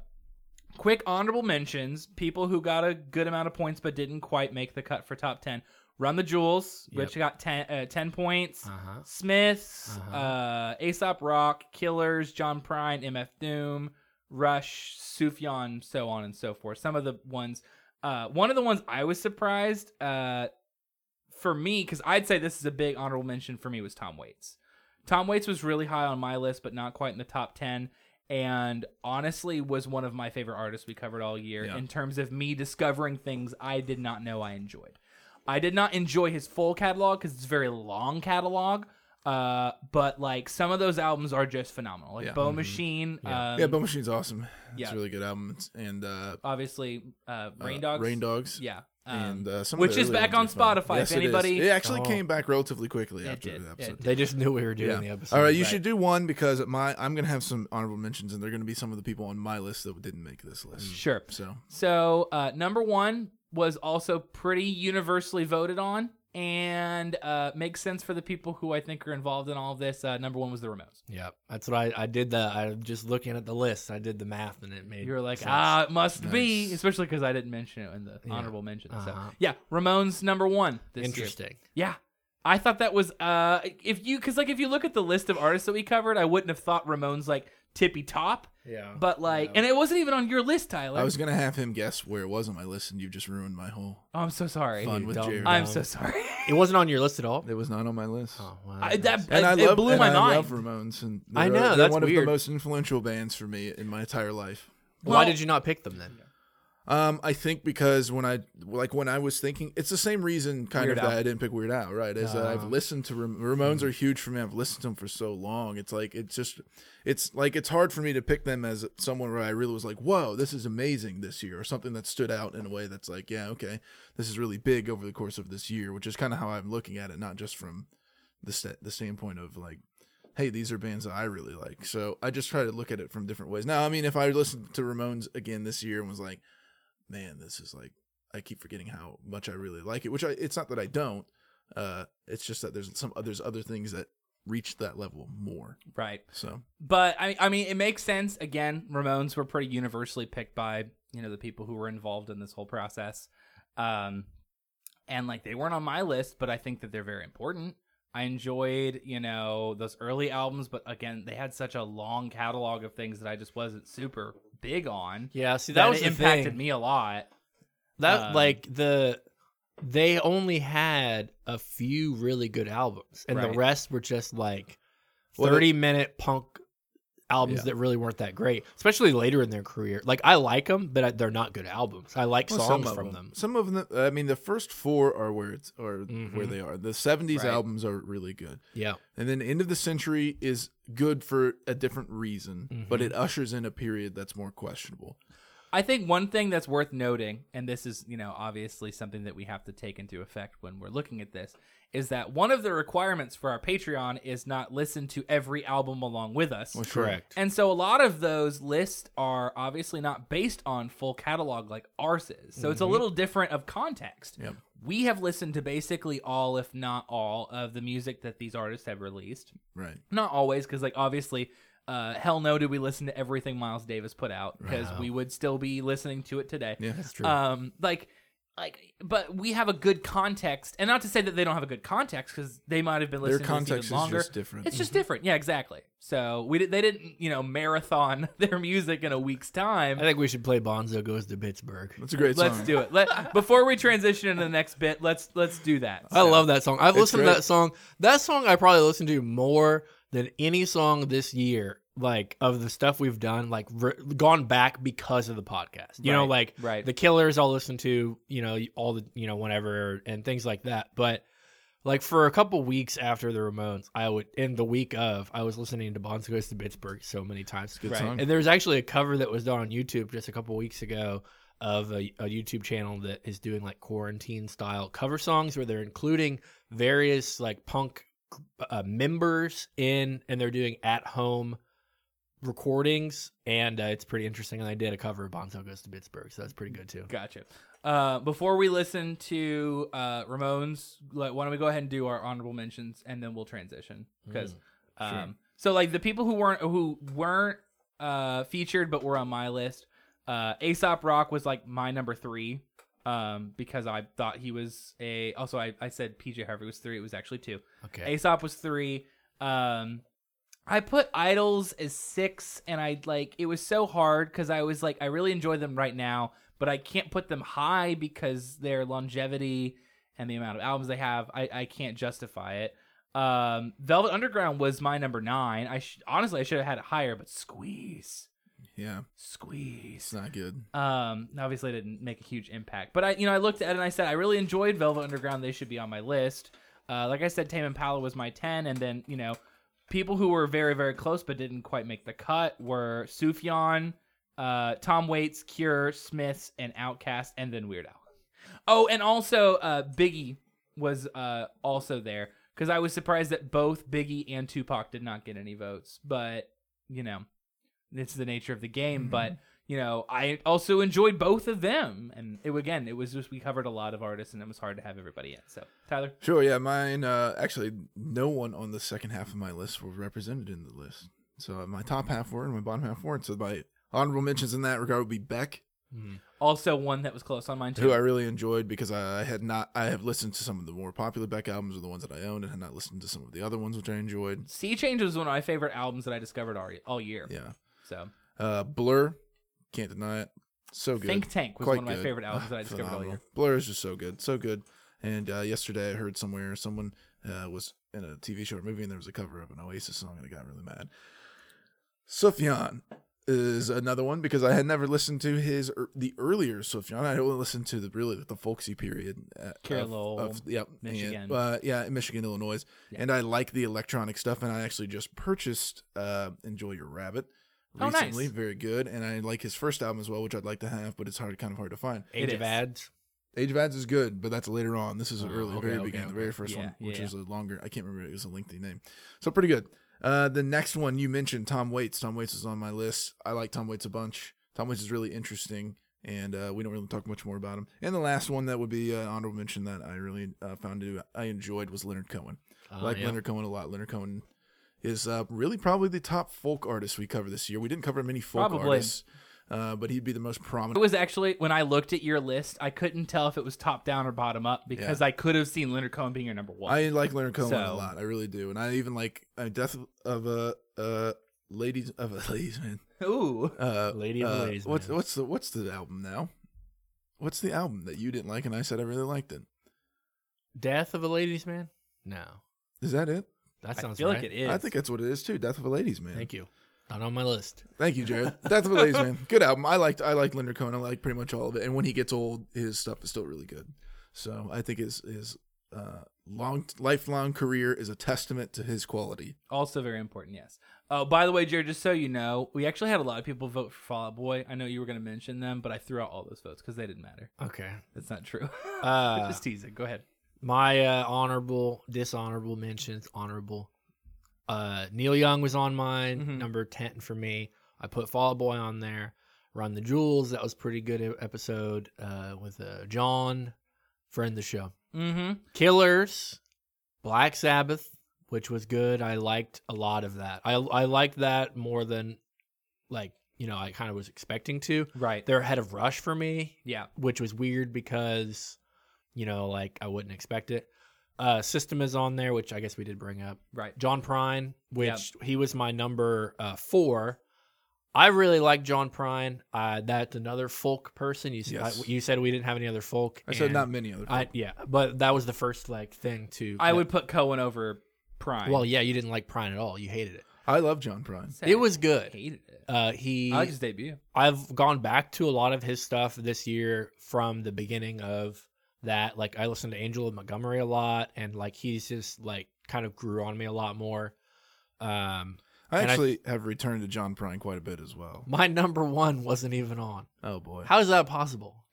quick honorable mentions: people who got a good amount of points but didn't quite make the cut for top ten. Run the Jewels, Yep. which got 10, uh, 10 points. Uh huh. Smiths, Uh-huh. uh, Aesop Rock, Killers, John Prine, MF Doom, Rush, Sufjan, so on and so forth. Some of the ones, uh, one of the ones I was surprised uh, for me, because I'd say this is a big honorable mention for me, was Tom Waits. Tom Waits was really high on my list, but not quite in the top 10. And honestly, was one of my favorite artists we covered all year Yeah. in terms of me discovering things I did not know I enjoyed. I did not enjoy his full catalog because it's a very long catalog. Uh, but like some of those albums are just phenomenal, like Yeah. Bow Mhm. Machine. Yeah. Um, yeah, Bone Machine's awesome. It's yeah. a really good album. It's, and uh, obviously uh, Rain uh, Dogs. Rain Dogs. Yeah. and Um, uh, some of which the is early back ones on are Spotify, fun. if Yes, it is. anybody- It actually Oh. came back relatively quickly It after did. the It episode. did. They just knew we were doing the episode. All right, you Right. should do one because my I'm gonna have some honorable mentions, and they're gonna be some of the people on my list that didn't make this list. sure. So So uh, number one was also pretty universally voted on and uh, makes sense for the people who I think are involved in all of this. Uh, number one was the Ramones. Yeah, that's what I, I did. The I was just looking at the list. I did the math, and it made You were like, sense. ah, it must be, Nice. especially because I didn't mention it in the Yeah. honorable mention. Uh-huh. So yeah, Ramones number one this year. interesting. Yeah. I thought that was uh if you cuz like if you look at the list of artists that we covered, I wouldn't have thought Ramones like tippy top, Yeah, but like Yeah. and it wasn't even on your list, Tyler. Oh, I was gonna have him guess where it was on my list, and you just ruined my whole oh, I'm so sorry. fun with dumb Jared. guy. I'm so sorry. it wasn't on your list at all. It was not on my list. Oh, wow, I, that's- that And I it love, blew and my I mind. love Ramones, and they're- I know, they're that's one of weird. the most influential bands for me in my entire life. Why Well- did you not pick them then? Um, I think because when I like when I was thinking, it's the same reason kind Weird of that Al. I didn't pick Weird Al, right? As Ah. I've listened to Ram- Ramones are huge for me. I've listened to them for so long. It's like it's just, it's like it's hard for me to pick them as someone where I really was like, whoa, this is amazing this year, or something that stood out in a way that's like, yeah, okay, this is really big over the course of this year, which is kind of how I'm looking at it, not just from the st- the standpoint of like hey, these are bands that I really like. So I just try to look at it from different ways. Now, I mean, if I listened to Ramones again this year and was like, man, this is like, I keep forgetting how much I really like it, which I, it's not that I don't. Uh, it's just that there's some there's other things that reach that level more. Right. So But I I mean it makes sense again. Ramones were pretty universally picked by, you know, the people who were involved in this whole process. Um and like they weren't on my list, but I think that they're very important. I enjoyed, you know, those early albums, but again, they had such a long catalog of things that I just wasn't super big on. Yeah, see, That, that, was the impacted thing. me a lot. That Um, like the they only had a few really good albums, and Right. the rest were just like Well, thirty minute punk albums Yeah. that really weren't that great. Especially later in their career, like I like them, but I, they're not good albums. I like Well, songs some of from them. them. Some of them, I mean, the first four are where it's or where Mhm. they are. The '70s Right. albums are really good. Yeah, And then End of the Century is good for a different reason, but it ushers in a period that's more questionable. I think one thing that's worth noting, and this is, you know, obviously something that we have to take into effect when we're looking at this, is that one of the requirements for our Patreon is not listen to every album along with us. Well, sure. correct. And so a lot of those lists are obviously not based on full catalog like ours is. So it's a little different of context. Mm-hmm. Yep. We have listened to basically all, if not all, of the music that these artists have released. Right. Not always, because like obviously, uh, hell no, did we listen to everything Miles Davis put out? Because Wow. we would still be listening to it today. Yeah. That's true. Um, like, like, but we have a good context, and not to say that they don't have a good context, because they might have been Their listening to this even context is longer. Mm. just different. It's just mm-hmm. different. Yeah, exactly. So we did, they didn't, you know, marathon their music in a week's time. I think we should play Bonzo Goes to Pittsburgh. That's a great Let's song. do it. Let before we transition into the next bit, let's let's do that. I love that song. I've It's listened to great. that song. That song I probably listened to more than any song this year. Like of the stuff we've done, like re- gone back because of the podcast. You know, Right, like right. the Killers I'll listen to. You know, all the you know whenever and things like that. But like for a couple weeks after the Ramones, I would in the week of I was listening to Bonzo Goes to Pittsburgh so many times. Good Right. song. And there's actually a cover that was done on YouTube just a couple weeks ago of a, a YouTube channel that is doing like quarantine style cover songs where they're including various like punk uh, members in and they're doing at home recordings and uh, it's pretty interesting and they did a cover of Bonzo Goes to Pittsburgh so that's pretty good too. Gotcha. Uh, before we listen to uh, Ramones, like, why don't we go ahead and do our honorable mentions, and then we'll transition Mm, because. um, So like the people who weren't who weren't uh, featured but were on my list, uh, Aesop Rock was like my number three um, because I thought he was a. Also, I, I said PJ Harvey was three. It was actually two. Okay. Aesop was three. Um, I put Idols as six, and I like it was so hard because I was like, I really enjoy them right now, but I can't put them high because their longevity and the amount of albums they have, I, I can't justify it. Um, Velvet Underground was my number nine. I sh- honestly I should have had it higher, but squeeze, Yeah, squeeze it's not good. um obviously it didn't make a huge impact but i you know i looked at it and i said i really enjoyed velvet underground they should be on my list uh like i said tame impala was my 10 and then you know people who were very very close but didn't quite make the cut were sufjan uh tom waits cure smiths and outcast and then weird al oh and also uh biggie was uh also there because i was surprised that both biggie and tupac did not get any votes but you know it's the nature of the game but you know, I also enjoyed both of them. And it, again, it was just we covered a lot of artists, and it was hard to have everybody in. So Tyler, Sure, yeah, mine. Uh, actually, no one on the second half of my list were represented in the list. So uh, my top half were and my bottom half weren't. So my honorable mentions in that regard would be Beck, Mm. also one that was close on mine too. who I really enjoyed because I had not. I have listened to some of the more popular Beck albums, or the ones that I owned, and had not listened to some of the other ones which I enjoyed. sea Change was one of my favorite albums that I discovered all, all year. Yeah, So uh, Blur, can't deny it. So good. Think Tank was one of my favorite albums that I discovered all Phenomenal. year. Blur is just so good, so good. And uh, yesterday I heard somewhere someone uh, was in a TV show or movie and there was a cover of an Oasis song and I got really mad. Sufjan is another one because I had never listened to his er, the earlier Sufjan. I only listened to the really the folksy period. uh, of- Carol, of, yep, and, Michigan. uh, yeah, in Michigan, Illinois, Yeah. and I like the electronic stuff. And I actually just purchased uh, "Enjoy Your Rabbit." Oh, nice. Recently, very good, and I like his first album as well, which I'd like to have, but it's hard, kind of hard to find. It Age of is. Ads. Age of Ads is good, but that's later on. This is Oh, early, okay, very okay, beginning, the okay. very first Yeah, one, which yeah. is a longer. I can't remember. It was a lengthy name, so pretty good. Uh, the next one you mentioned, Tom Waits. Tom Waits is on my list. I like Tom Waits a bunch. Tom Waits is really interesting, and uh, we don't really talk much more about him. And the last one that would be uh, honorable mention that I really uh, found to, I enjoyed was Leonard Cohen. I Uh, like yeah. Leonard Cohen a lot. Leonard Cohen is uh, really probably the top folk artist we cover this year. We didn't cover many folk Probably. artists, uh, but he'd be the most It prominent. was actually when I looked at your list, I couldn't tell if it was top down or bottom up because I could have seen Leonard Cohen being your number one. I like Leonard Cohen a So- lot. I really do, and I even like uh, Death of a uh, Ladies of a Ladies Man. Ooh, Uh, Lady of a uh, Ladies What's Man. what's the what's the album now? What's the album that you didn't like and I said I really liked it? Death of a Ladies Man. No, Is that it? that I sounds feel right. like it is. I think that's what it is too. Death of a Ladies Man. Thank you. Not on my list. Thank you, Jared. Death of a Ladies Man. Good album. I liked I liked Leonard Cohen. I like pretty much all of it. And when he gets old, his stuff is still really good. So I think his his uh, long lifelong career is a testament to his quality. Also very important, yes. Oh, by the way, Jared, just so you know, we actually had a lot of people vote for Fall Out Boy. I know you were going to mention them, but I threw out all those votes because they didn't matter. Okay. That's not true. Uh, just teasing. Go ahead. my uh, honorable, dishonorable mentions. Honorable. Uh, Neil Young was on mine, Mhm. number ten for me. I put Fall Out Boy on there. Run the Jewels. That was pretty good e- episode uh, with uh, John, friend of the show. Mm-hmm. Killers, Black Sabbath, which was good. I liked a lot of that. I I liked that more than like, you know, I kind of was expecting to. Right. They're ahead of Rush for me, Yeah. which was weird because you know, like I wouldn't expect it. Uh System is on there, which I guess we did bring up. Right. John Prine, which he was my number uh, four. I really like John Prine. Uh, that's another folk person. You said Yes. you said we didn't have any other folk. I said and- not many other. I yeah, but that was the first like thing to. I would put Cohen over Prime. Well, yeah, you didn't like Prine at all. You hated it. I love John Prine. Said It was I good. hated it. Uh, he. I like his debut. I've gone back to a lot of his stuff this year from the beginning of that. Like I listened to Angela Montgomery a lot, and like he's just like kind of grew on me a lot more. Um, I And I- actually have returned to John Prine quite a bit as well. my number one wasn't even on. Oh boy. How is that possible?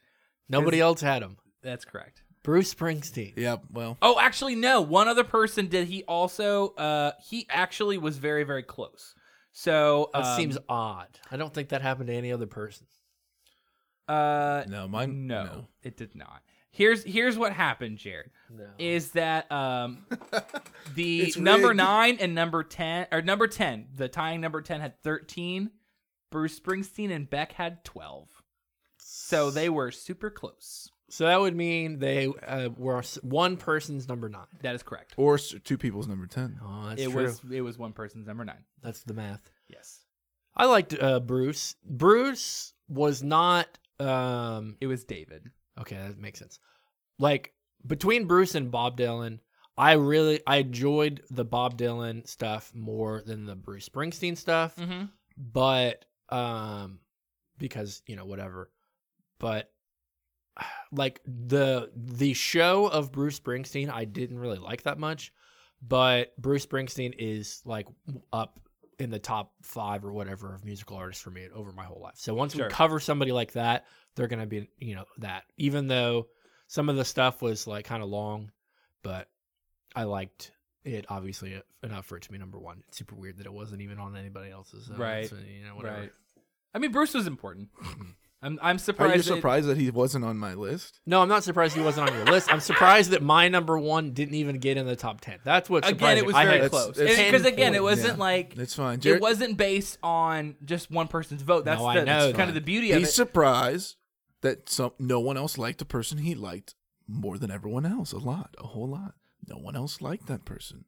Nobody else had him. That's correct. Bruce Springsteen. yeah. Well. Oh, actually, no. One other person did he also. Uh, he actually was very, very close. So That um, seems odd. I don't think that happened to any other person. Uh, No, mine. no, No. it did not. Here's here's what happened, Jared. No. Is that um the It's number rigged. nine and number ten or number ten? The tying number ten had thirteen. Bruce Springsteen and Beck had twelve, so they were super close. So that would mean they uh, were s- one person's number nine. That is correct. Or s- two people's number ten. Oh, that's it true. was it was one person's number nine. That's the math. Yes, I liked uh, Bruce. Bruce was not. Um, it was David. okay, that makes sense. Like between Bruce and Bob Dylan, I really I enjoyed the Bob Dylan stuff more than the Bruce Springsteen stuff. Mm-hmm. but um because you know whatever but like the the show of Bruce Springsteen I didn't really like that much but Bruce Springsteen is like up in the top 5 or whatever of musical artists for me over my whole life so once Sure. we cover somebody like that they're going to be you know that even though some of the stuff was like kind of long but I liked it obviously uh, enough for it to be number one. It's super weird that it wasn't even on anybody else's. uh, so Right. it's, You know, whatever. Right. I mean, Bruce was important. I'm I'm Are surprised. you that- surprised that he wasn't on my list? No, I'm not surprised he wasn't on your list. I'm surprised that my number one didn't even get in the top ten. That's what again, it was very had- close. It's- it's- Because again, it 10 wasn't points. like It's fine. it Jared- wasn't based on just one person's vote. That's No, the, I know that's that. kind of the beauty of He's it. surprised that some no one else liked the person he liked more than everyone else. A lot, a whole lot. No one else liked that person.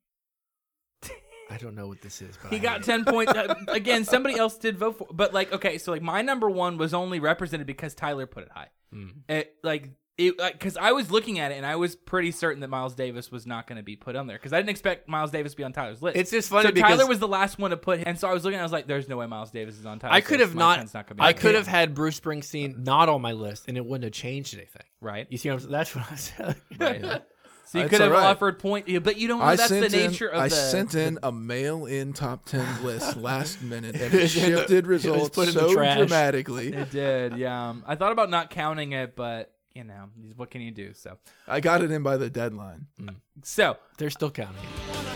I don't know what this is, but He I got hate it. ten points. Uh, again, somebody else did vote for, but like okay, so like my number one was only represented because Tyler put it high. Mm. It, like it because I was looking at it and I was pretty certain that Miles Davis was not going to be put on there because I didn't expect Miles Davis to be on Tyler's list. It's just funny so because Tyler was the last one to put, and so I was looking. I was like, "There's no way Miles Davis is on Tyler's I could list. have My not. ten's gonna be I on could there. have had Bruce Springsteen not on my list, and it wouldn't have changed anything. right. You see, what I'm, that's what I'm saying. Right. So you It's could have all right. offered point, yeah, but you don't know. I Oh, that's the sent nature in, of I the. sent in a mail-in top ten list last minute It and it was in the- it shifted was results put in the so trash. dramatically. it did, yeah. Um, I thought about not counting it, but you know, what can you do? So, I got it in by the deadline. so They're still counting. wanna